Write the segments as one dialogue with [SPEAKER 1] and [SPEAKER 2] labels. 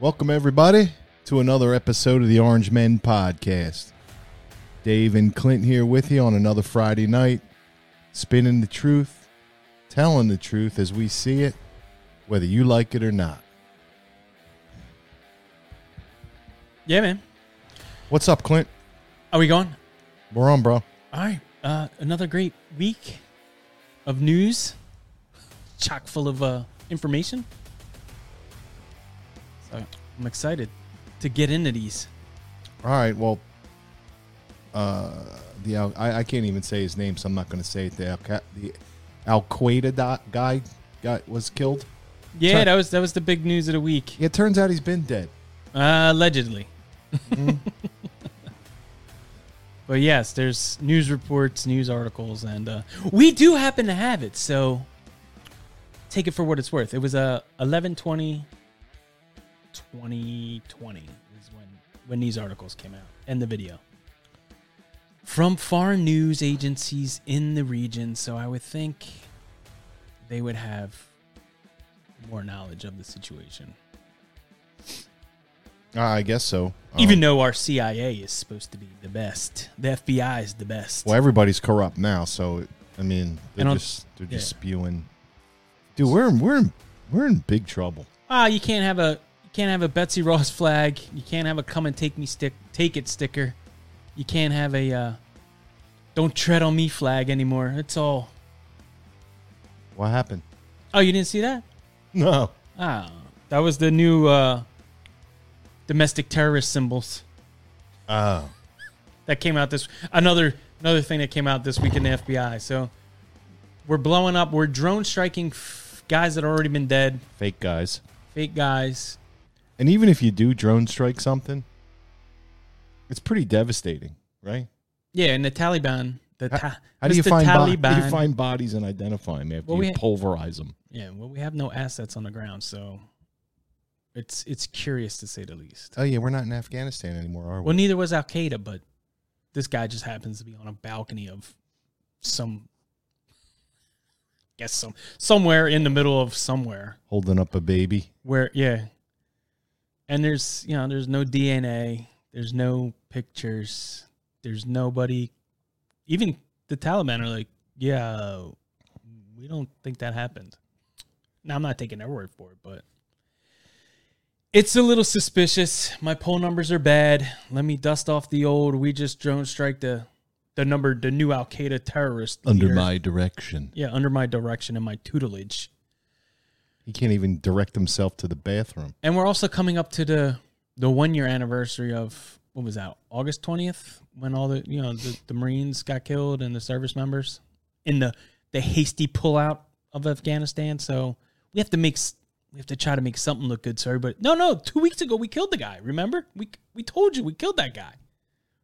[SPEAKER 1] Welcome, everybody, to another episode of the Orange Men Podcast. Dave and Clint here with you on another Friday night, spinning the truth, telling the truth as we see it, whether you like it or not.
[SPEAKER 2] Yeah, man.
[SPEAKER 1] What's up, Clint?
[SPEAKER 2] Are we going?
[SPEAKER 1] We're on, bro.
[SPEAKER 2] All right. Uh, another great week of news, chock full of uh, information. So I'm excited to get into these.
[SPEAKER 1] All right. Well, uh, the Al- I, I can't even say his name, so I'm not going to say it. The Al the Al Qaeda dot guy got was killed.
[SPEAKER 2] Yeah,
[SPEAKER 1] Sure.
[SPEAKER 2] that was that was the big news of the week.
[SPEAKER 1] Yeah, it turns out he's been dead.
[SPEAKER 2] Uh, allegedly. but yes, there's news reports, news articles, and uh, we do happen to have it. So take it for what it's worth. It was uh, 11 20 2020 is when, when these articles came out and the video from foreign news agencies in the region. So I would think they would have more knowledge of the situation.
[SPEAKER 1] Uh, I guess so. Um,
[SPEAKER 2] Even though our CIA is supposed to be the best, the FBI is the best.
[SPEAKER 1] Well, everybody's corrupt now, so I mean,
[SPEAKER 2] I
[SPEAKER 1] they're
[SPEAKER 2] don't-
[SPEAKER 1] just they're just
[SPEAKER 2] yeah.
[SPEAKER 1] spewing. Dude, we're in, we're in, we're in big trouble.
[SPEAKER 2] Ah, you can't have a you can't have a Betsy Ross flag. You can't have a "Come and take me stick, take it" sticker. You can't have a uh, "Don't tread on me" flag anymore. It's all.
[SPEAKER 1] What happened?
[SPEAKER 2] Oh, you didn't see that?
[SPEAKER 1] No.
[SPEAKER 2] Ah, that was the new uh, domestic terrorist symbols
[SPEAKER 1] Oh,
[SPEAKER 2] that came out this another another thing that came out this week in the FBI. So we're blowing up. We're drone striking f- guys that have already been dead.
[SPEAKER 1] fake guys.
[SPEAKER 2] Fake guys.
[SPEAKER 1] And even if you do drone strike something, it's pretty devastating, right?
[SPEAKER 2] Yeah, and the Taliban. The ta-
[SPEAKER 1] How do you
[SPEAKER 2] Mr.
[SPEAKER 1] find bo-
[SPEAKER 2] Taliban?
[SPEAKER 1] how do you find bodies and identify them after
[SPEAKER 2] Well,
[SPEAKER 1] you
[SPEAKER 2] we-
[SPEAKER 1] pulverize them?
[SPEAKER 2] yeah, well, we have no assets on the ground, so it's it's curious to say the least.
[SPEAKER 1] Oh yeah, we're not in Afghanistan anymore, are we?
[SPEAKER 2] Well, neither was Al Qaeda, but this guy just happens to be on a balcony of some, guess some somewhere in the middle of somewhere
[SPEAKER 1] Holding up a baby.
[SPEAKER 2] where yeah, and there's you know there's no DNA, there's no pictures, there's nobody, even the Taliban are like yeah, we don't think that happened. Now I'm not taking their word for it, but it's a little suspicious. My poll numbers are bad. Let me dust off the old. We just drone strike the the number the new Al Qaeda terrorist leader."
[SPEAKER 1] direction,
[SPEAKER 2] yeah under my direction and my tutelage.
[SPEAKER 1] he can't even direct himself to the bathroom.
[SPEAKER 2] And we're also coming up to the the one year anniversary of what was that August twentieth when all the you know the, the Marines got killed and the service members in the the hasty pullout of Afghanistan. So we have to make s- we have to try to make something look good. Sorry, but no, no. Two weeks ago we killed the guy. Remember we we told you we killed that guy.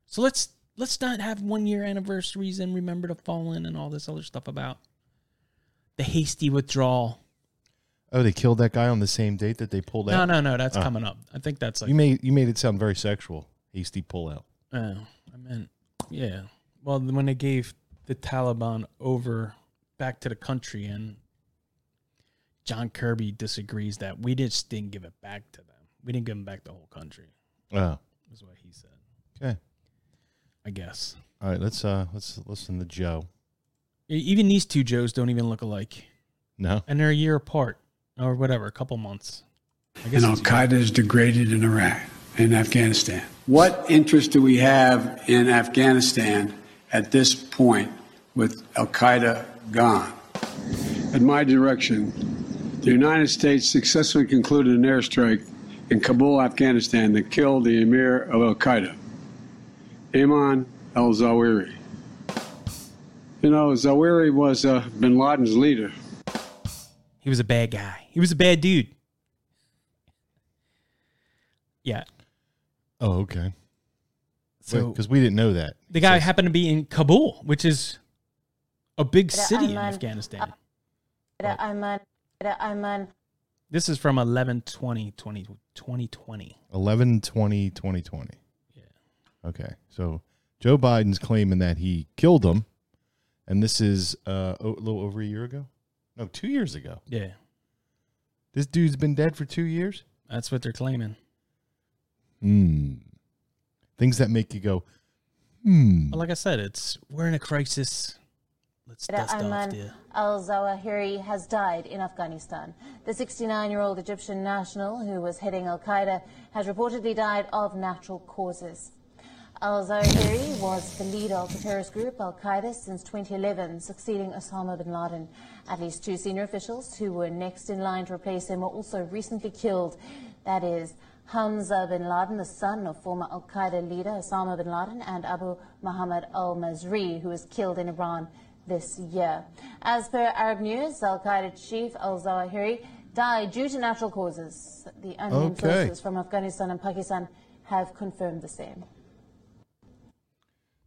[SPEAKER 2] So let's let's not have one year anniversaries and remember the fallen and all this other stuff about the hasty withdrawal.
[SPEAKER 1] Oh, they killed that guy on the same date that they pulled out.
[SPEAKER 2] No, no, no. That's
[SPEAKER 1] Uh.
[SPEAKER 2] coming up. I think that's like
[SPEAKER 1] You made you made it sound very sexual. Hasty pullout.
[SPEAKER 2] Oh, I meant, yeah. Well, th- when they gave the Taliban over back to the country, and John Kirby disagrees that we just didn't give it back to them. We didn't give them back the whole country,
[SPEAKER 1] Oh,
[SPEAKER 2] is what he said.
[SPEAKER 1] okay.
[SPEAKER 2] I guess.
[SPEAKER 1] All right, let's uh let's listen to Joe.
[SPEAKER 2] E- Even these two Joes don't even look alike,
[SPEAKER 1] No,
[SPEAKER 2] and they're a year apart or whatever, a couple months. I guess
[SPEAKER 3] and Al
[SPEAKER 2] it's-
[SPEAKER 3] Qaeda is degraded in Iraq and Afghanistan. What interest do we have in Afghanistan at this point with Al Qaeda gone? At my direction, the United States successfully concluded an airstrike in Kabul, Afghanistan, that killed the emir of Al Qaeda, Ayman al Zawahiri. You know, Zawahiri was uh, bin Laden's leader.
[SPEAKER 2] he was a bad guy. He was a bad dude. Yeah.
[SPEAKER 1] oh okay,
[SPEAKER 2] So
[SPEAKER 1] because we didn't know that.
[SPEAKER 2] The guy happened to be in Kabul, which is a big city in
[SPEAKER 4] island.
[SPEAKER 2] Afghanistan.
[SPEAKER 4] That I'm on. That I'm on.
[SPEAKER 2] This is from 11 20 2020.
[SPEAKER 1] 11 20 2020. Yeah. Okay, so Joe Biden's claiming that he killed him, and this is uh, a little over a year ago. No, two years ago.
[SPEAKER 2] Yeah,
[SPEAKER 1] This dude's been dead for two years.
[SPEAKER 2] that's what they're claiming.
[SPEAKER 1] Mm. Things that make you go, hmm.
[SPEAKER 2] But like I said, it's we're in a crisis. Let's
[SPEAKER 4] That
[SPEAKER 2] dust off
[SPEAKER 4] Ayman
[SPEAKER 2] the.
[SPEAKER 4] al Zawahiri has died in Afghanistan. The 69 year old Egyptian national who was heading Al Qaeda has reportedly died of natural causes. Al Zawahiri was the leader of the terrorist group Al Qaeda since 2011, succeeding Osama bin Laden. At least two senior officials who were next in line to replace him were also recently killed. That is, Hamza bin Laden, the son of former Al Qaeda leader Osama bin Laden, and Abu Muhammad al Mazri, who was killed in Iran this year. As per Arab News, Al Qaeda chief al Zawahiri died due to natural causes. The unnamed
[SPEAKER 1] Okay.
[SPEAKER 4] sources from Afghanistan and Pakistan have confirmed the same.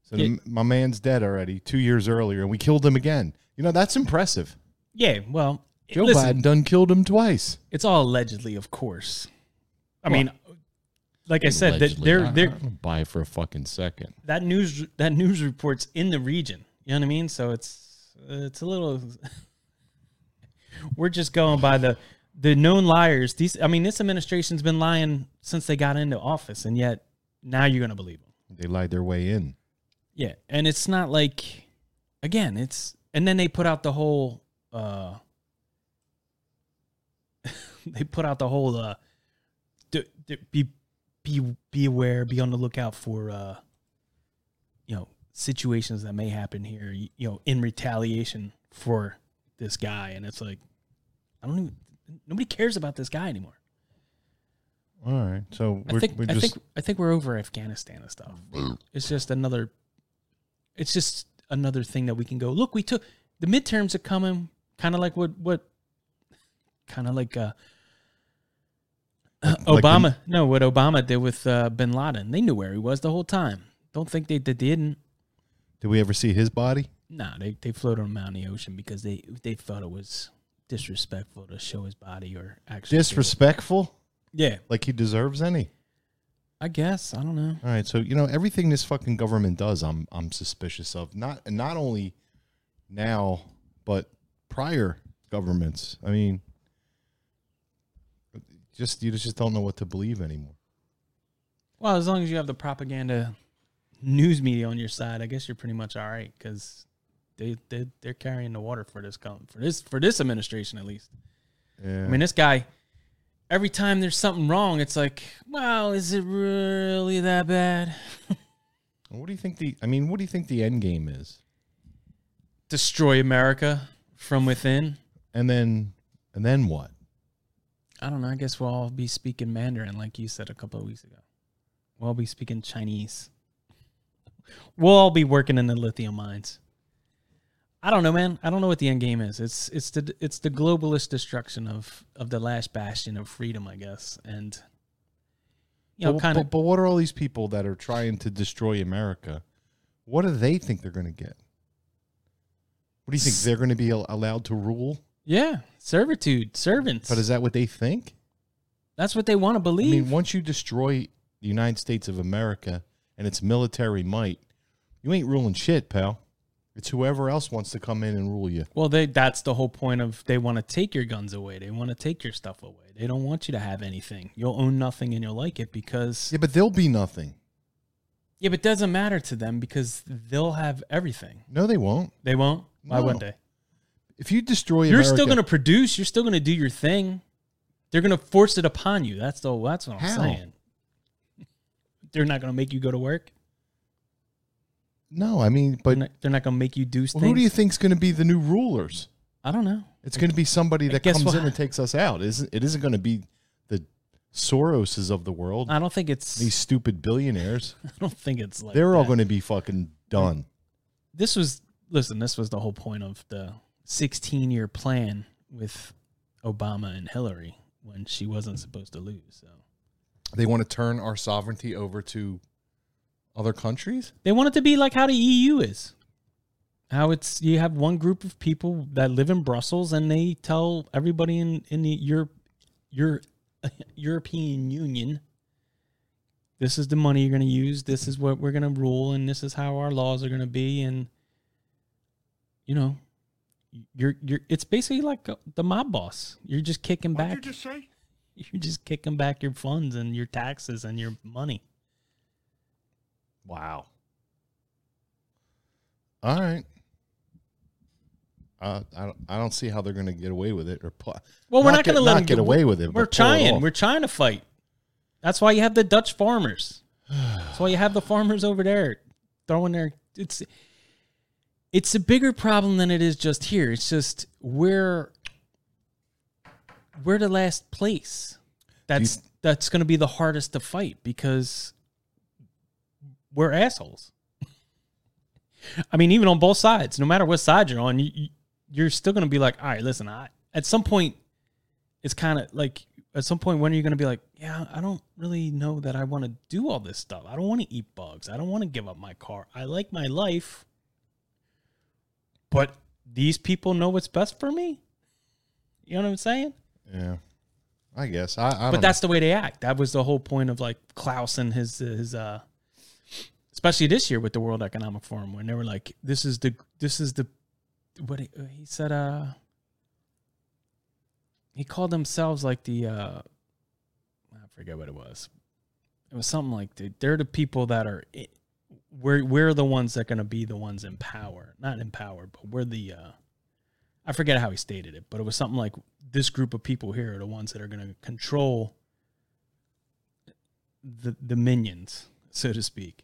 [SPEAKER 1] so the-
[SPEAKER 2] Yeah.
[SPEAKER 1] my man's dead already two years earlier, and we killed him again. You know, that's impressive.
[SPEAKER 2] Yeah, well,
[SPEAKER 1] Joe
[SPEAKER 2] listen,
[SPEAKER 1] Biden done killed him twice.
[SPEAKER 2] it's all allegedly, of course. I mean, like I said, that
[SPEAKER 5] Allegedly.
[SPEAKER 2] they're
[SPEAKER 5] I- I
[SPEAKER 2] they're
[SPEAKER 5] don't buy it for a fucking second.
[SPEAKER 2] that news that news reports in the region. You know what I mean? So it's it's a little. We're just going by the the known liars. These, I mean, this administration's been lying since they got into office, and yet now you're going to believe them.
[SPEAKER 1] They lied their way in.
[SPEAKER 2] Yeah, and it's not like, again, it's and then they put out the whole. uh They put out the whole. uh d- d- Be be be aware, be on the lookout for. uh you know situations that may happen here you, you know in retaliation for this guy and it's like i don't even nobody cares about this guy anymore
[SPEAKER 1] All right, so we're,
[SPEAKER 2] i think
[SPEAKER 1] we're
[SPEAKER 2] i
[SPEAKER 1] just
[SPEAKER 2] think i think we're over afghanistan and stuff it's just another it's just another thing that we can go look we took the midterms are coming kind of like what what kind of like uh
[SPEAKER 1] like the-
[SPEAKER 2] Obama, no, what Obama did with uh, Bin Laden, they knew where he was the whole time. Don't think they, they didn't.
[SPEAKER 1] Did we ever see his body?
[SPEAKER 2] No, they they floated him out in the ocean because they they felt it was disrespectful to show his body or actually do it.
[SPEAKER 1] Disrespectful,
[SPEAKER 2] Yeah,
[SPEAKER 1] like he deserves any.
[SPEAKER 2] I guess I don't know.
[SPEAKER 1] All right, so you know everything this fucking government does, I'm I'm suspicious of. Not and not only now, but prior governments. I mean, just you just don't know what to believe anymore.
[SPEAKER 2] Well, as long as you have the propaganda news media on your side, I guess you're pretty much all right because they they they're carrying the water for this com- for this for this administration at least.
[SPEAKER 1] Yeah.
[SPEAKER 2] I mean, this guy. Every time there's something wrong, it's like, wow, is it really that bad?
[SPEAKER 1] what do you think the? I mean, what do you think the end game is?
[SPEAKER 2] Destroy America from within.
[SPEAKER 1] And then and then what?
[SPEAKER 2] I don't know. I guess we'll all be speaking Mandarin, like you said a couple of weeks ago. We'll all be speaking Chinese. We'll all be working in the lithium mines. I don't know, man. I don't know what the end game is. It's it's the it's the globalist destruction of of the last bastion of freedom, I guess, and you know,
[SPEAKER 1] but,
[SPEAKER 2] kind of
[SPEAKER 1] but, but what are all these people that are trying to destroy America? What do they think they're going to get? What do you think they're going to be al- allowed to rule?
[SPEAKER 2] yeah, servitude, servants.
[SPEAKER 1] But is that what they think?
[SPEAKER 2] that's what they want to
[SPEAKER 1] I
[SPEAKER 2] believe.
[SPEAKER 1] mean, once you destroy the United States of America and its military might, you ain't ruling shit, pal. It's whoever else wants to come in and rule you.
[SPEAKER 2] Well, they that's the whole point of they want to take your guns away. They want to take your stuff away. They don't want you to have anything. You'll own nothing and you'll like it because
[SPEAKER 1] Yeah, but they'll be nothing.
[SPEAKER 2] Yeah, but it doesn't matter to them because they'll have everything.
[SPEAKER 1] No, they won't.
[SPEAKER 2] They won't. Why
[SPEAKER 1] No.
[SPEAKER 2] wouldn't they?
[SPEAKER 1] If you destroy
[SPEAKER 2] You're
[SPEAKER 1] America,
[SPEAKER 2] still going to produce, you're still going to do your thing. They're going to force it upon you. That's the that's what I'm
[SPEAKER 1] How?
[SPEAKER 2] saying. They're not going to make you go to work.
[SPEAKER 1] No, I mean,
[SPEAKER 2] But
[SPEAKER 1] but
[SPEAKER 2] they're not going to make you do
[SPEAKER 1] who
[SPEAKER 2] things.
[SPEAKER 1] do you think's going to be the new rulers?
[SPEAKER 2] I don't know.
[SPEAKER 1] It's going to be somebody that
[SPEAKER 2] guess
[SPEAKER 1] comes
[SPEAKER 2] what?
[SPEAKER 1] in and takes us out. Isn't it? Isn't going to be the Soroses of the world.
[SPEAKER 2] I don't think it's
[SPEAKER 1] These stupid billionaires.
[SPEAKER 2] I don't think it's Um, like
[SPEAKER 1] They're all
[SPEAKER 2] that.
[SPEAKER 1] going to be fucking done.
[SPEAKER 2] this was listen this was the whole point of the 16 year plan with obama and hillary when she wasn't supposed to lose so
[SPEAKER 1] They want to turn our sovereignty over to other countries.
[SPEAKER 2] they want it to be like how the eu is how it's you have one group of people that live in brussels and they tell everybody in in the europe your european union this is the money you're going to use this is what we're going to rule and this is how our laws are going to be and you know you're you're it's basically like the mob boss you're just kicking back You're just kicking back your funds and your taxes and your money.
[SPEAKER 5] Wow.
[SPEAKER 1] All right. Uh, I don't. I don't see how they're going to get away with it, or pl-
[SPEAKER 2] Well, we're not
[SPEAKER 1] get-
[SPEAKER 2] going to let
[SPEAKER 1] not
[SPEAKER 2] them
[SPEAKER 1] get away with it.
[SPEAKER 2] We're
[SPEAKER 1] but pull it
[SPEAKER 2] trying.
[SPEAKER 1] off.
[SPEAKER 2] We're trying to fight. That's why you have the Dutch farmers. That's why you have the farmers over there throwing their. It's it's a bigger problem than it is just here. It's just we're we're the last place. That's that's going to be the hardest to fight because we're assholes. I mean, even on both sides, no matter what side you're on, you, you- you're still going to be like, all right, listen, I at some point it's kind of like at some point when are you going to be like yeah i don't really know that i want to do all this stuff i don't want to eat bugs i don't want to give up my car i like my life but these people know what's best for me you know what i'm saying
[SPEAKER 1] yeah. I guess. I. I don't
[SPEAKER 2] but that's the way they act that was the whole point of like klaus and his his uh especially this year with the world economic forum when they were like this is the this is the what he, he said uh he called themselves like the uh I forget what it was. It was something like the, they're the people that are i- we're we're the ones that are going to be the ones in power, not in power, but we're the uh I forget how he stated it, but it was something like this group of people here are the ones that are going to control the the minions, so to speak.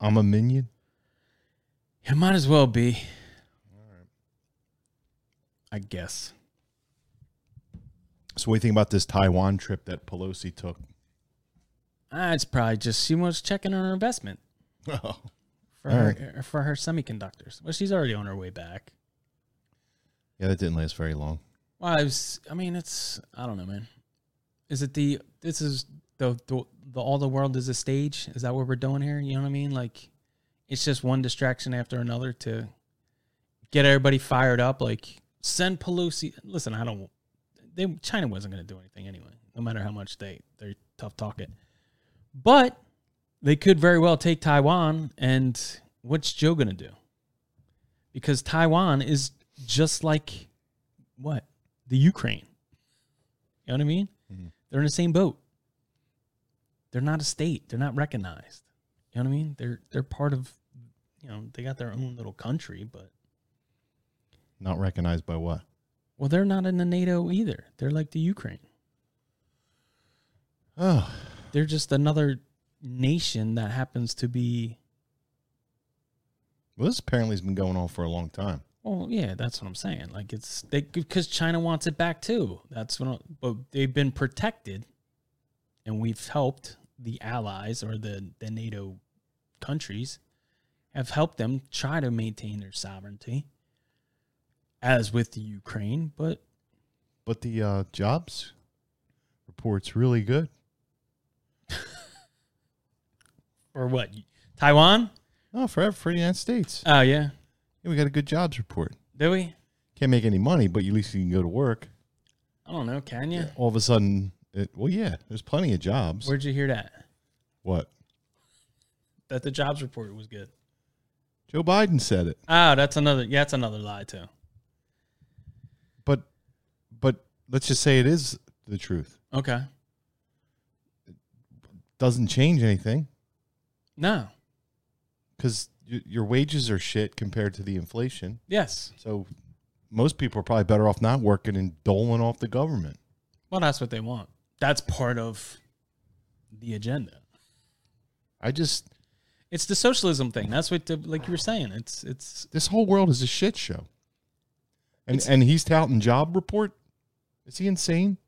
[SPEAKER 1] know. I'm a minion.
[SPEAKER 2] It might as well be. I guess.
[SPEAKER 1] So what do you think about this Taiwan trip that Pelosi took?
[SPEAKER 2] Ah, it's probably just she was checking on her investment.
[SPEAKER 1] Oh.
[SPEAKER 2] for
[SPEAKER 1] All
[SPEAKER 2] her er, for her semiconductors. Well, she's already on her way back.
[SPEAKER 1] Yeah, that didn't last very long.
[SPEAKER 2] Well, I was. I mean, it's. I don't know, man. Is it the? This is the the, the all the world is a stage. Is that what we're doing here? You know what I mean? Like, it's just one distraction after another to get everybody fired up. Like, send Pelosi. Listen, I don't. They China wasn't going to do anything anyway, no matter how much they they tough talk it. But they could very well take Taiwan, and what's Joe going to do? Because Taiwan is just like what the Ukraine. You know what I mean? They're in the same boat. They're not a state. They're not recognized. You know what I mean? They're they're part of, you know, they got their own little country, but
[SPEAKER 1] Not recognized by what?
[SPEAKER 2] well, they're not in the NATO either. They're like the Ukraine.
[SPEAKER 1] Oh.
[SPEAKER 2] They're just another nation that happens to be.
[SPEAKER 1] Well, this apparently has been going on for a long time.
[SPEAKER 2] Well, yeah, that's what I'm saying. Like it's they because China wants it back too. That's what. I- But they've been protected, and we've helped the allies or the the NATO countries have helped them try to maintain their sovereignty, as with the Ukraine. But
[SPEAKER 1] But the uh, jobs report's really good.
[SPEAKER 2] or what Taiwan?
[SPEAKER 1] Oh, for for the United States,
[SPEAKER 2] Oh yeah,
[SPEAKER 1] Yeah, we got a good jobs report.
[SPEAKER 2] do we?
[SPEAKER 1] Can't make any money, but at least you can go to work.
[SPEAKER 2] I don't know. Can you?
[SPEAKER 1] All of a sudden, it, well, yeah, there's plenty of jobs.
[SPEAKER 2] Where'd you hear that?
[SPEAKER 1] what?
[SPEAKER 2] That the jobs report was good.
[SPEAKER 1] Joe Biden said it,
[SPEAKER 2] Oh, that's another. Yeah, that's another lie too.
[SPEAKER 1] but but let's just say it is the truth.
[SPEAKER 2] Okay.
[SPEAKER 1] Doesn't change anything
[SPEAKER 2] No.
[SPEAKER 1] because your wages are shit compared to the inflation.
[SPEAKER 2] Yes.
[SPEAKER 1] So most people are probably better off not working and doling off the government.
[SPEAKER 2] Well, that's what they want. That's part of the agenda.
[SPEAKER 1] I just
[SPEAKER 2] It's the socialism thing. That's what, the, like you were saying. It's it's
[SPEAKER 1] this whole world is a shit show. And and he's touting job report. Is he insane?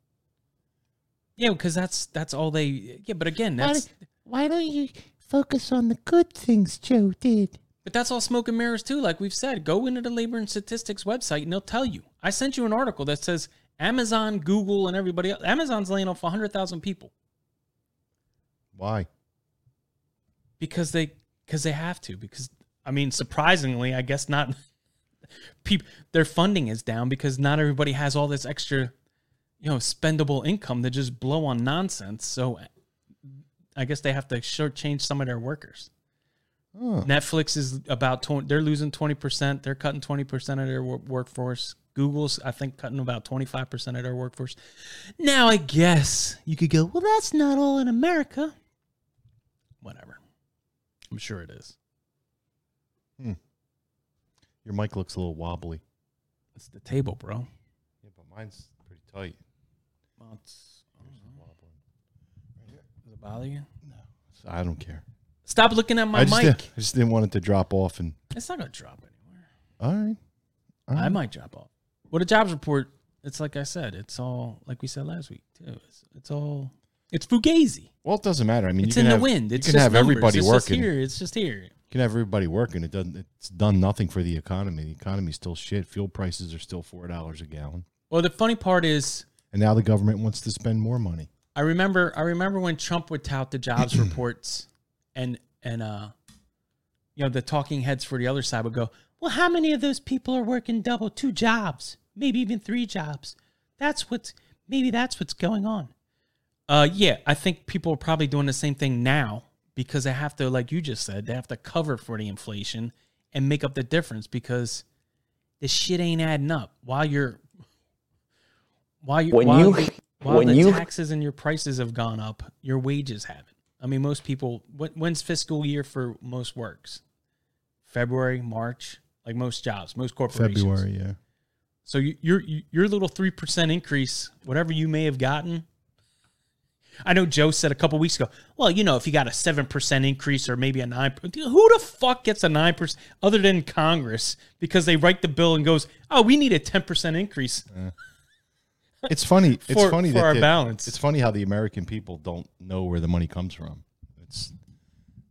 [SPEAKER 2] yeah, because that's that's all they yeah. But again, that's
[SPEAKER 6] Why don't you focus on the good things Joe did?
[SPEAKER 2] but that's all smoke and mirrors too. Like we've said, go into the labor and statistics website and they'll tell you. I sent you an article that says Amazon, Google, and everybody else. Amazon's laying off hundred thousand people
[SPEAKER 1] Why?
[SPEAKER 2] because they because they have to. Because I mean, surprisingly, I guess not. People, their funding is down because not everybody has all this extra you know spendable income to just blow on nonsense. So I guess they have to shortchange some of their workers. Netflix is about 20, they're losing 20%. They're cutting 20% of their wor- workforce. Google's, I think, cutting about 25% of their workforce. Now, I guess you could go, well, that's not all in America. Whatever. I'm sure it is.
[SPEAKER 1] Your mic looks a little wobbly.
[SPEAKER 2] It's the table, bro.
[SPEAKER 1] Yeah, but mine's pretty tight.
[SPEAKER 2] Well, it's, I don't know. Does it bother you?
[SPEAKER 1] So I don't care.
[SPEAKER 2] Stop looking at my
[SPEAKER 1] I just,
[SPEAKER 2] mic.
[SPEAKER 1] I just didn't want it to drop off. And
[SPEAKER 2] It's not going to drop anywhere.
[SPEAKER 1] all right,
[SPEAKER 2] I might drop off. Well, the jobs report, it's like I said, it's all, like we said last week, too. It's, it's all, it's fugazi.
[SPEAKER 1] well, it doesn't matter. I mean,
[SPEAKER 2] It's
[SPEAKER 1] you
[SPEAKER 2] in
[SPEAKER 1] can
[SPEAKER 2] the
[SPEAKER 1] have,
[SPEAKER 2] wind. It's
[SPEAKER 1] you can
[SPEAKER 2] just
[SPEAKER 1] have
[SPEAKER 2] numbers.
[SPEAKER 1] everybody
[SPEAKER 2] it's Just
[SPEAKER 1] working.
[SPEAKER 2] here. It's just here.
[SPEAKER 1] You can have everybody working. It doesn't. It's done nothing for the economy. The economy's still shit. Fuel prices are still four dollars a gallon,
[SPEAKER 2] Well, the funny part is,
[SPEAKER 1] and now the government wants to spend more money.
[SPEAKER 2] I remember, I remember when Trump would tout the jobs reports, and and uh, you know, the talking heads for the other side would go, "Well, how many of those people are working double, two jobs, maybe even three jobs? That's what's maybe that's what's going on." Uh, yeah, I think people are probably doing the same thing now because they have to, like you just said, they have to cover for the inflation and make up the difference because the shit ain't adding up while you're while you
[SPEAKER 7] When
[SPEAKER 2] while
[SPEAKER 7] you-
[SPEAKER 2] the- while
[SPEAKER 7] when
[SPEAKER 2] the
[SPEAKER 7] you-
[SPEAKER 2] taxes and your prices have gone up, your wages haven't. I mean, most people. When, when's fiscal year for most works? February, March, like most jobs, most corporations.
[SPEAKER 1] February, yeah.
[SPEAKER 2] So you, your your little three percent increase, whatever you may have gotten. I know Joe said a couple weeks ago. Well, you know, if you got a seven percent increase or maybe a nine, who the fuck gets a nine percent other than Congress because they write the bill and goes, oh, we need a ten percent increase.
[SPEAKER 1] It's funny. It's
[SPEAKER 2] For-
[SPEAKER 1] funny
[SPEAKER 2] for
[SPEAKER 1] that
[SPEAKER 2] our
[SPEAKER 1] the-
[SPEAKER 2] balance.
[SPEAKER 1] It's funny how the American people don't know where the money comes from. It's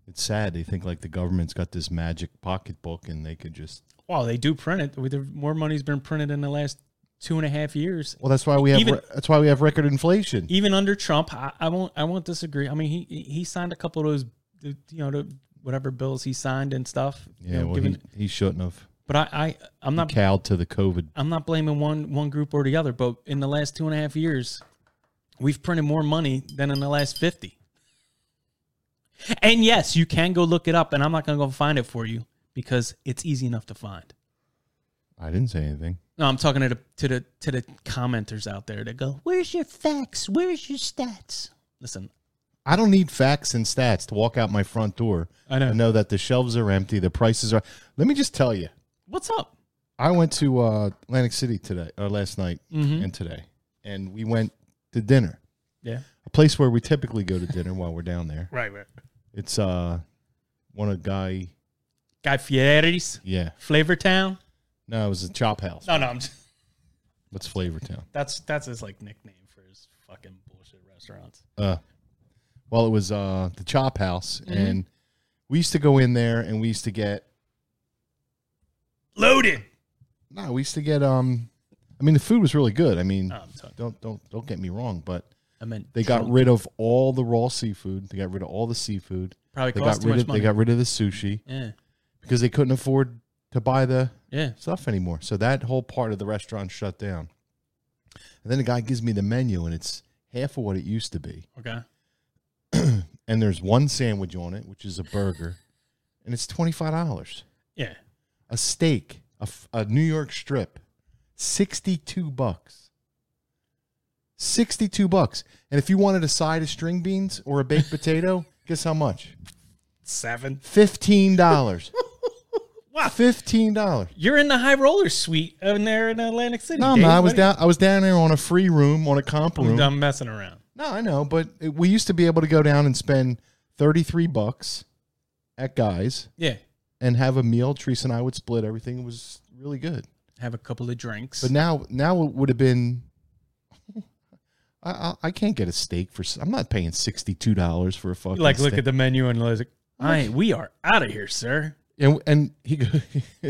[SPEAKER 1] it's sad. They think like the government's got this magic pocketbook and they could just.
[SPEAKER 2] Wow, they do print it. With the- More money's been printed in the last two and a half years.
[SPEAKER 1] Well, that's why we have.
[SPEAKER 2] Even- E-
[SPEAKER 1] re- that's why we have record inflation.
[SPEAKER 2] Even under Trump, I, I won't. I won't disagree. I mean, he he signed a couple of those, you know, the, whatever bills he signed and stuff. you
[SPEAKER 1] yeah,
[SPEAKER 2] know,
[SPEAKER 1] well,
[SPEAKER 2] given-
[SPEAKER 1] he, he shouldn't have
[SPEAKER 2] but I, I I'm not
[SPEAKER 1] cowed to the COVID.
[SPEAKER 2] I'm not blaming one one group or the other, but in the last two and a half years, we've printed more money than in the last fifty. And yes, you can go look it up, and I'm not gonna go find it for you because it's easy enough to find.
[SPEAKER 1] I didn't say anything.
[SPEAKER 2] No, I'm talking to the to the to the commenters out there that go, "Where's your facts? Where's your stats?" Listen,
[SPEAKER 1] I don't need facts and stats to walk out my front door.
[SPEAKER 2] I know.
[SPEAKER 1] I know that the shelves are empty, the prices are. Let me just tell you,
[SPEAKER 2] what's up?
[SPEAKER 1] I went to uh, Atlantic City today, or last night, and today, and we went to dinner,
[SPEAKER 2] Yeah,
[SPEAKER 1] a place where we typically go to dinner while we're down there.
[SPEAKER 2] right, right.
[SPEAKER 1] It's uh, one of guy.
[SPEAKER 2] Guy Fieri's
[SPEAKER 1] Yeah,
[SPEAKER 2] Flavor Town.
[SPEAKER 1] no, it was a chop house.
[SPEAKER 2] No, no, I'm just,
[SPEAKER 1] What's Flavortown?
[SPEAKER 2] that's that's his like nickname for his fucking bullshit restaurants.
[SPEAKER 1] uh well it was uh the chop house and we used to go in there and we used to get
[SPEAKER 2] Loaded.
[SPEAKER 1] no we used to get um i mean the food was really good i mean
[SPEAKER 2] No, I'm sorry.
[SPEAKER 1] don't don't don't get me wrong but
[SPEAKER 2] I meant
[SPEAKER 1] they got rid of all the raw seafood they got rid of all the seafood
[SPEAKER 2] Probably
[SPEAKER 1] they
[SPEAKER 2] cost
[SPEAKER 1] got
[SPEAKER 2] too
[SPEAKER 1] rid
[SPEAKER 2] much
[SPEAKER 1] of
[SPEAKER 2] money.
[SPEAKER 1] they got rid of the sushi
[SPEAKER 2] yeah,
[SPEAKER 1] because they couldn't afford to buy the
[SPEAKER 2] yeah.
[SPEAKER 1] stuff anymore so that whole part of the restaurant shut down and then the guy gives me the menu and it's half of what it used to be
[SPEAKER 2] Okay.
[SPEAKER 1] and there's one sandwich on it, which is a burger, and it's twenty five dollars.
[SPEAKER 2] Yeah.
[SPEAKER 1] A steak, a, f- a New York strip, sixty two bucks. Sixty two bucks, and if you wanted a side of string beans or a baked potato, guess how much?
[SPEAKER 2] Seven.
[SPEAKER 1] Fifteen dollars.
[SPEAKER 2] Wow.
[SPEAKER 1] Fifteen dollars.
[SPEAKER 2] You're in the high roller suite in there in Atlantic City.
[SPEAKER 1] No,
[SPEAKER 2] Dave.
[SPEAKER 1] man, I was
[SPEAKER 2] What are
[SPEAKER 1] down. I was down there on a free room, on a comp
[SPEAKER 2] you-
[SPEAKER 1] room.
[SPEAKER 2] I'm messing around.
[SPEAKER 1] No, I know, but it, we used to be able to go down and spend thirty three bucks at guys.
[SPEAKER 2] Yeah.
[SPEAKER 1] and have a meal. Teresa and I would split everything. It was really good.
[SPEAKER 2] Have a couple of drinks.
[SPEAKER 1] But now, now it would have been. I, I I can't get a steak for. s- I'm not paying sixty two dollars for a fucking.
[SPEAKER 2] like look
[SPEAKER 1] steak.
[SPEAKER 2] at the menu and like, I we are out of here, sir.
[SPEAKER 1] and and he go-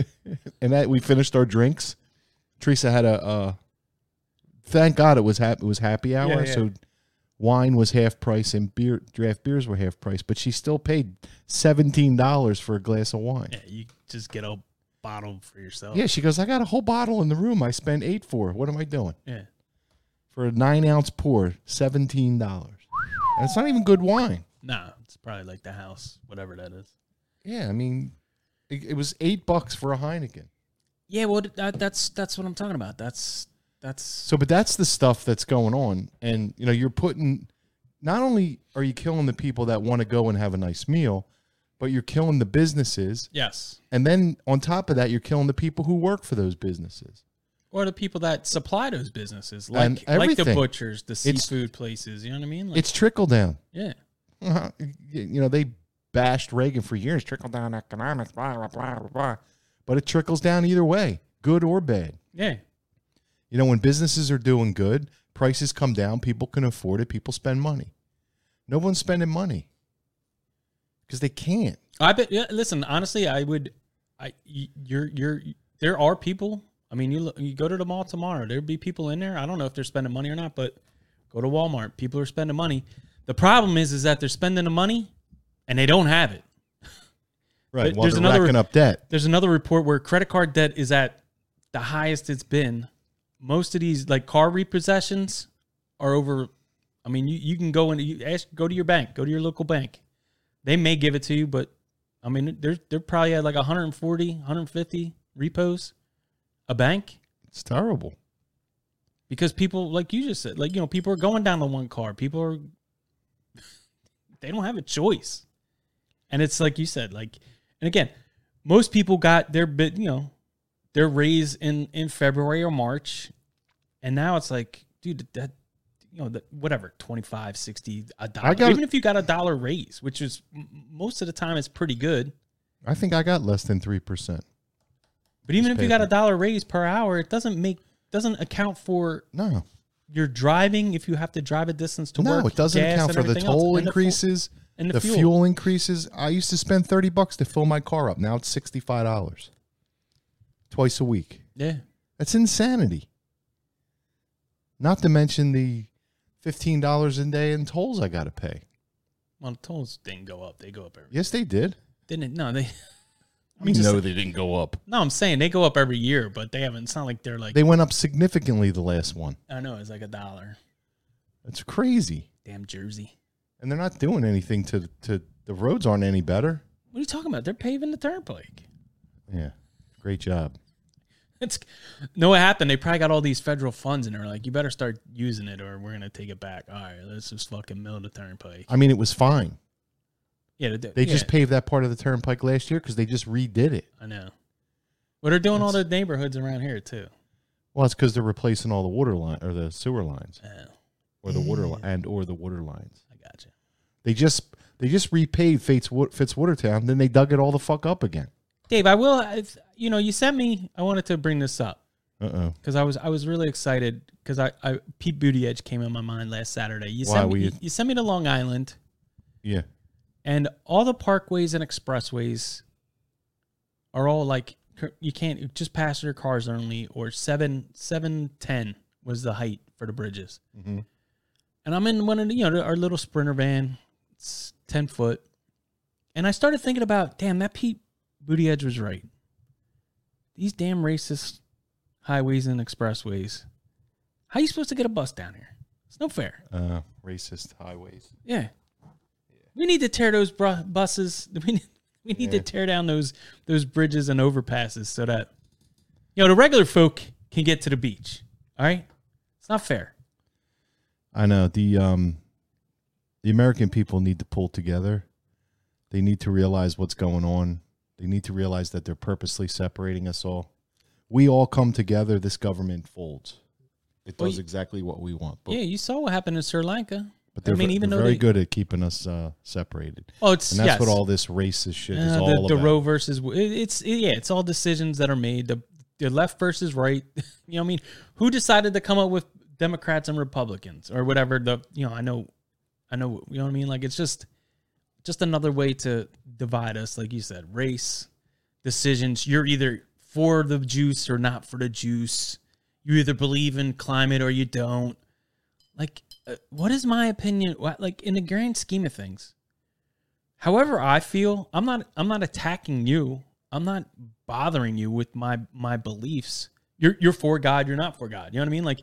[SPEAKER 1] and that we finished our drinks. Teresa had a. Uh, thank God it was happy. It was happy hour,
[SPEAKER 2] yeah.
[SPEAKER 1] so wine was half price and beer draft beers were half price. But she still paid seventeen dollars for a glass of wine.
[SPEAKER 2] Yeah, you just get a bottle for yourself.
[SPEAKER 1] Yeah, she goes. I got a whole bottle in the room. I spent eight for. What am I doing?
[SPEAKER 2] Yeah.
[SPEAKER 1] for a nine ounce pour, seventeen dollars. And it's not even good wine.
[SPEAKER 2] Nah, it's probably like the house, whatever that is.
[SPEAKER 1] Yeah, I mean, it, it was eight bucks for a Heineken.
[SPEAKER 2] Yeah, well, that, that's that's what I'm talking about. That's that's
[SPEAKER 1] So, but that's the stuff that's going on, and you know, you're putting. Not only are you killing the people that want to go and have a nice meal, but you're killing the businesses,
[SPEAKER 2] yes,
[SPEAKER 1] and then on top of that, you're killing the people who work for those businesses.
[SPEAKER 2] or the people that supply those businesses, like
[SPEAKER 1] And
[SPEAKER 2] like the
[SPEAKER 1] everything.
[SPEAKER 2] butchers, the
[SPEAKER 1] It's-
[SPEAKER 2] seafood places. You know what I mean? Like,
[SPEAKER 1] It's trickle down.
[SPEAKER 2] yeah,
[SPEAKER 1] Uh-huh. You know, they bashed Reagan for years, trickle down economics, blah blah blah blah blah, but it trickles down either way, good or bad.
[SPEAKER 2] yeah,
[SPEAKER 1] You know, when businesses are doing good, prices come down, people can afford it, people spend money. No one's spending money because they can't.
[SPEAKER 2] I bet. Yeah, listen, honestly, I would. I y- you're you're there are people. I mean, you look, you go to the mall tomorrow. There'd be people in there. I don't know if they're spending money or not, but go to Walmart. People are spending money. The problem is, is that they're spending the money and they don't have it.
[SPEAKER 1] Right.
[SPEAKER 2] There-
[SPEAKER 1] While
[SPEAKER 2] there's
[SPEAKER 1] they're
[SPEAKER 2] another-
[SPEAKER 1] racking up debt.
[SPEAKER 2] There's another report where credit card debt is at the highest it's been. Most of these like car repossessions are over. I mean, you, you can go and you ask, go to your bank, go to your local bank. They may give it to you, but I mean, they're, they're probably at like 140, 150 repos a bank
[SPEAKER 1] It's terrible.
[SPEAKER 2] because people, like you just said, like, you know, people are going down to one car. People are, they don't have a choice. And it's like you said, like, and again, most people got their bit, you know, their raise in in February or March. And now it's like, dude, that, you know, that whatever, 25, 60, a dollar.
[SPEAKER 1] got-
[SPEAKER 2] Even if you got a dollar raise, which is m- most of the time it's pretty good.
[SPEAKER 1] I think I got less than 3%.
[SPEAKER 2] But even
[SPEAKER 1] Just
[SPEAKER 2] if you
[SPEAKER 1] pay
[SPEAKER 2] got
[SPEAKER 1] for
[SPEAKER 2] a
[SPEAKER 1] it.
[SPEAKER 2] dollar raise per hour, it doesn't make doesn't account for
[SPEAKER 1] No.
[SPEAKER 2] your driving if you have to drive a distance to work.
[SPEAKER 1] No, it doesn't
[SPEAKER 2] gas,
[SPEAKER 1] account
[SPEAKER 2] and
[SPEAKER 1] for the
[SPEAKER 2] everything else,
[SPEAKER 1] toll
[SPEAKER 2] and the fu-
[SPEAKER 1] increases,
[SPEAKER 2] and
[SPEAKER 1] the,
[SPEAKER 2] the
[SPEAKER 1] fuel.
[SPEAKER 2] fuel.
[SPEAKER 1] increases. I used to spend 30 bucks to fill my car up. Now it's $65 twice a week.
[SPEAKER 2] Yeah,
[SPEAKER 1] That's insanity. Not to mention the $15 a day in tolls I got to pay.
[SPEAKER 2] well, the tolls didn't go up; they go up every.
[SPEAKER 1] Yes, they did.
[SPEAKER 2] Didn't it? No, they.
[SPEAKER 1] I mean,
[SPEAKER 2] just-
[SPEAKER 1] no, they didn't go up.
[SPEAKER 2] No, I'm saying they go up every year, but they haven't. It's not like they're like.
[SPEAKER 1] They went up significantly the last one.
[SPEAKER 2] I know it's like a dollar.
[SPEAKER 1] That's crazy.
[SPEAKER 2] Damn Jersey!
[SPEAKER 1] And they're not doing anything to to the roads aren't any better.
[SPEAKER 2] What are you talking about? They're paving the turnpike.
[SPEAKER 1] Yeah. Great job.
[SPEAKER 2] It's no. What happened? They probably got all these federal funds, and they're like, "You better start using it, or we're gonna take it back." All right, let's just fucking mill the turnpike.
[SPEAKER 1] I mean, it was fine.
[SPEAKER 2] Yeah,
[SPEAKER 1] They
[SPEAKER 2] yeah,
[SPEAKER 1] just paved that part of the turnpike last year because they just redid it.
[SPEAKER 2] I know. But they're doing all the neighborhoods around here too.
[SPEAKER 1] Well, it's because they're replacing all the water line or the sewer lines
[SPEAKER 2] Oh,
[SPEAKER 1] or the water li- and or the water lines.
[SPEAKER 2] I got you.
[SPEAKER 1] They just they just repaved Fates Wa- Fitzwatertown, then they dug it all the fuck up again.
[SPEAKER 2] Dave, I will. I- You know, you sent me. I wanted to bring this up
[SPEAKER 1] Uh oh.
[SPEAKER 2] because I was I was really excited because I, I Pete Buttigieg came in my mind last Saturday. You
[SPEAKER 1] Why
[SPEAKER 2] sent
[SPEAKER 1] were
[SPEAKER 2] me
[SPEAKER 1] you-
[SPEAKER 2] you, sent me to Long Island
[SPEAKER 1] Yeah.
[SPEAKER 2] and all the parkways and expressways are all like cur- you can't just passenger cars only or seven seven ten was the height for the bridges.
[SPEAKER 1] Mhm.
[SPEAKER 2] And I'm in one of the, you know our little sprinter van, it's ten foot, and I started thinking about damn that Pete Buttigieg was right. These damn racist highways and expressways. How you supposed to get a bus down here? It's no fair.
[SPEAKER 1] Uh, racist highways.
[SPEAKER 2] Yeah. We need to tear those bru- buses. We need, we need
[SPEAKER 1] Yeah.
[SPEAKER 2] to tear down those those bridges and overpasses so that you know the regular folk can get to the beach. All right? It's not fair.
[SPEAKER 1] I know the um, the American people need to pull together. They need to realize what's going on. They need to realize that they're purposely separating us all. We all come together. This government folds. It
[SPEAKER 2] Well,
[SPEAKER 1] does
[SPEAKER 2] you-
[SPEAKER 1] exactly what we want. But,
[SPEAKER 2] yeah, you saw what happened in Sri Lanka.
[SPEAKER 1] but they're,
[SPEAKER 2] I mean,
[SPEAKER 1] ve-
[SPEAKER 2] even
[SPEAKER 1] they're
[SPEAKER 2] though
[SPEAKER 1] very
[SPEAKER 2] they-
[SPEAKER 1] good at keeping us uh, separated,
[SPEAKER 2] Oh, it's
[SPEAKER 1] and that's
[SPEAKER 2] yes.
[SPEAKER 1] what all this racist shit is
[SPEAKER 2] Uh,
[SPEAKER 1] all
[SPEAKER 2] the,
[SPEAKER 1] about.
[SPEAKER 2] the Roe versus it- it's it- yeah, it's all decisions that are made. The the left versus right. You know what I mean? Who decided to come up with Democrats and Republicans or whatever? The you know I know, I know. You know what I mean? Like it's just just another way to divide us. Like you said, race decisions. You're either for the juice or not for the juice. You either believe in climate or you don't. Like, uh, what is my opinion? What, like in the grand scheme of things, however i feel i'm not i'm not attacking you i'm not bothering you with my my beliefs you're you're for god you're not for god you know what i mean like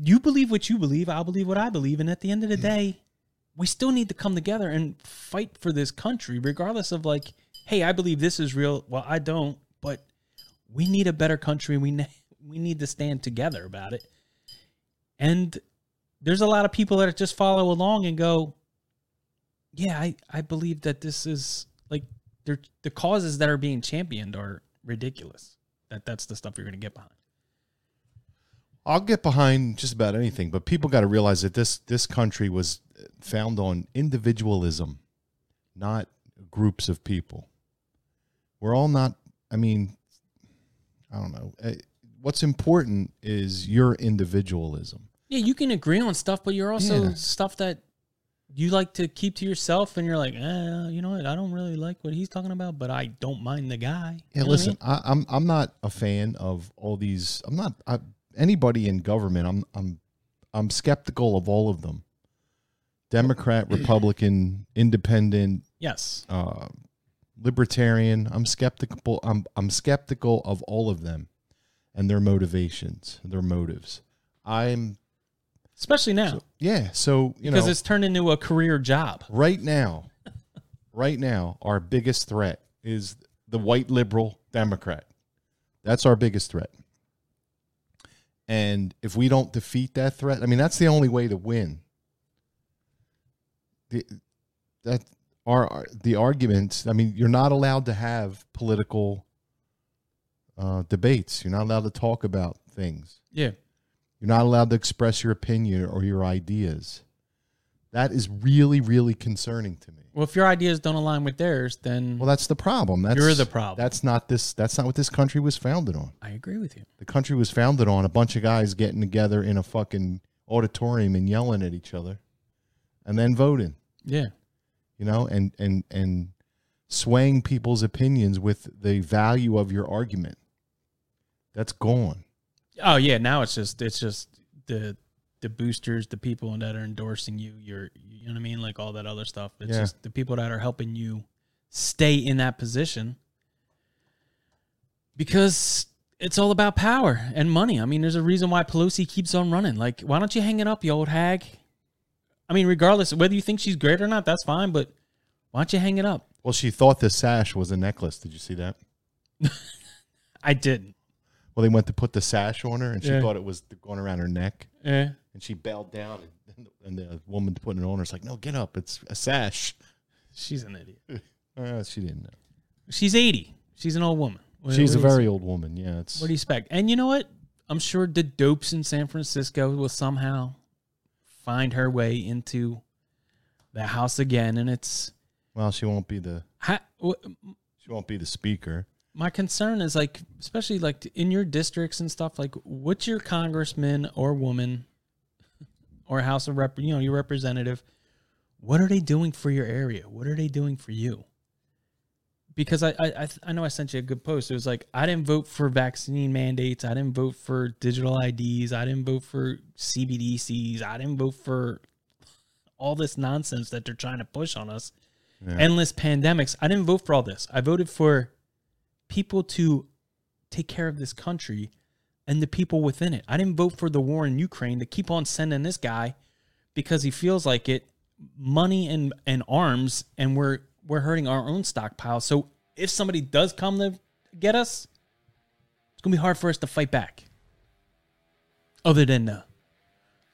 [SPEAKER 2] you believe what you believe i'll believe what i believe and at the end of the day we still need to come together and fight for this country regardless of like hey i believe this is real well i don't but we need a better country. We ne- we need to stand together about it. And there's a lot of people that just follow along and go, yeah, I, I believe that this is like they're, the causes that are being championed are ridiculous. That that's the stuff you're going to get behind.
[SPEAKER 1] I'll get behind just about anything, but people got to realize that this this country was found on individualism, not groups of people. We're all not. I mean, I don't know. Eh, What's important is your individualism.
[SPEAKER 2] Yeah, you can agree on stuff, but you're also
[SPEAKER 1] Yeah.
[SPEAKER 2] stuff that you like to keep to yourself, and you're like, eh, you know what? I don't really like what he's talking about, but I don't mind the
[SPEAKER 1] Yeah,
[SPEAKER 2] guy. You know what I
[SPEAKER 1] listen,
[SPEAKER 2] mean?
[SPEAKER 1] I, I'm I'm not a fan of all these. I'm not I, anybody in government. I'm I'm I'm skeptical of all of them. Democrat, Republican, Independent,
[SPEAKER 2] Yes,
[SPEAKER 1] uh, libertarian. I'm skeptical. I'm I'm skeptical of all of them, and their motivations, their motives. I'm
[SPEAKER 2] especially now
[SPEAKER 1] yeah. So you know,
[SPEAKER 2] because it's turned into a career job.
[SPEAKER 1] right now, right now, our biggest threat is the white liberal Democrat. That's our biggest threat. And if we don't defeat that threat, I mean, that's the only way to win. The, that are the arguments. I mean, you're not allowed to have political uh, debates. You're not allowed to talk about things.
[SPEAKER 2] Yeah,
[SPEAKER 1] You're not allowed to express your opinion or your ideas. That is really, really concerning to me.
[SPEAKER 2] Well, if your ideas don't align with theirs, then
[SPEAKER 1] Well, that's the problem. That's
[SPEAKER 2] You're the problem.
[SPEAKER 1] That's not this. That's not what this country was founded on.
[SPEAKER 2] I agree with you.
[SPEAKER 1] The country was founded on a bunch of guys getting together in a fucking auditorium and yelling at each other, and then voting.
[SPEAKER 2] Yeah,
[SPEAKER 1] You know, and and and swaying people's opinions with the value of your argument. That's gone.
[SPEAKER 2] Oh yeah, now it's just it's just the the boosters, the people that are endorsing you, your you know what I mean, like all that other stuff. It's
[SPEAKER 1] Yeah.
[SPEAKER 2] just the people that are helping you stay in that position because it's all about power and money. I mean, there's a reason why Pelosi keeps on running. Like, why don't you hang it up, you old hag? I mean, regardless of whether you think she's great or not, that's fine. But why don't you hang it up?
[SPEAKER 1] Well, she thought this sash was a necklace. Did you see that?
[SPEAKER 2] I didn't.
[SPEAKER 1] Well, they went to put the sash on her, and she
[SPEAKER 2] Yeah.
[SPEAKER 1] thought it was going around her neck,
[SPEAKER 2] Yeah.
[SPEAKER 1] and she bailed down. And, and the woman putting it on her is like, "No, get up! It's a sash."
[SPEAKER 2] She's an idiot.
[SPEAKER 1] Uh, she didn't know.
[SPEAKER 2] She's 80. She's an old woman. What-
[SPEAKER 1] She's a
[SPEAKER 2] what do you
[SPEAKER 1] very old woman. Yeah, it's
[SPEAKER 2] What do you expect? And you know what? I'm sure the dopes in San Francisco will somehow find her way into the house again. And it's
[SPEAKER 1] well, she won't be the
[SPEAKER 2] ha- w-
[SPEAKER 1] she won't be the speaker.
[SPEAKER 2] my concern is like, especially like in your districts and stuff. Like, what's your congressman or woman or House of Rep? You know, your representative. What are they doing for your area? What are they doing for you? Because I I I, th- I know I sent you a good post. It was like I didn't vote for vaccine mandates. I didn't vote for digital IDs. I didn't vote for CBDCs. I didn't vote for all this nonsense that they're trying to push on us. Endless pandemics. I didn't vote for all this. I voted for people to take care of this country and the people within it. I didn't vote for the war in Ukraine to keep on sending this guy because he feels like it money and and arms and we're we're hurting our own stockpile. So if somebody does come to get us, it's going to be hard for us to fight back. Other than the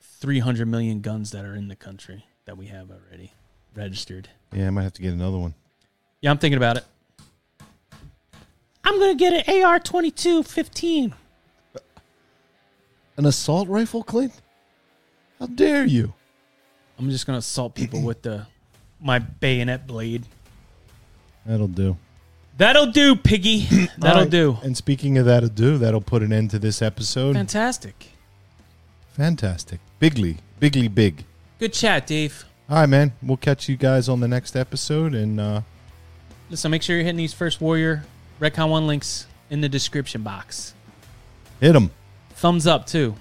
[SPEAKER 2] 300 million guns that are in the country that we have already registered.
[SPEAKER 1] Yeah, I might have to get another one.
[SPEAKER 2] Yeah, I'm thinking about it. I'm gonna get an AR 22 15.
[SPEAKER 1] An assault rifle, Clint? How dare you?
[SPEAKER 2] I'm just gonna assault people with the my bayonet blade.
[SPEAKER 1] That'll do.
[SPEAKER 2] That'll do, piggy. That'll
[SPEAKER 1] All right,
[SPEAKER 2] do.
[SPEAKER 1] And speaking of that'll do, that'll put an end to this episode.
[SPEAKER 2] Fantastic.
[SPEAKER 1] Fantastic. Bigly, bigly, big.
[SPEAKER 2] Good chat, Dave.
[SPEAKER 1] All right, man. We'll catch you guys on the next episode, and uh,
[SPEAKER 2] Listen, make sure you're hitting these first warrior Redcon One links in the description box.
[SPEAKER 1] hit them.
[SPEAKER 2] Thumbs up too.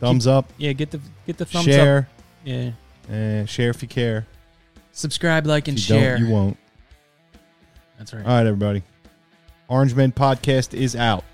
[SPEAKER 1] Thumbs up,
[SPEAKER 2] Yeah, get the get the thumbs up.
[SPEAKER 1] share,
[SPEAKER 2] Yeah.
[SPEAKER 1] eh, share if you care.
[SPEAKER 2] Subscribe, like, and
[SPEAKER 1] If you
[SPEAKER 2] share.
[SPEAKER 1] don't, you won't.
[SPEAKER 2] That's right.
[SPEAKER 1] All right, everybody. Orange Men Podcast is out.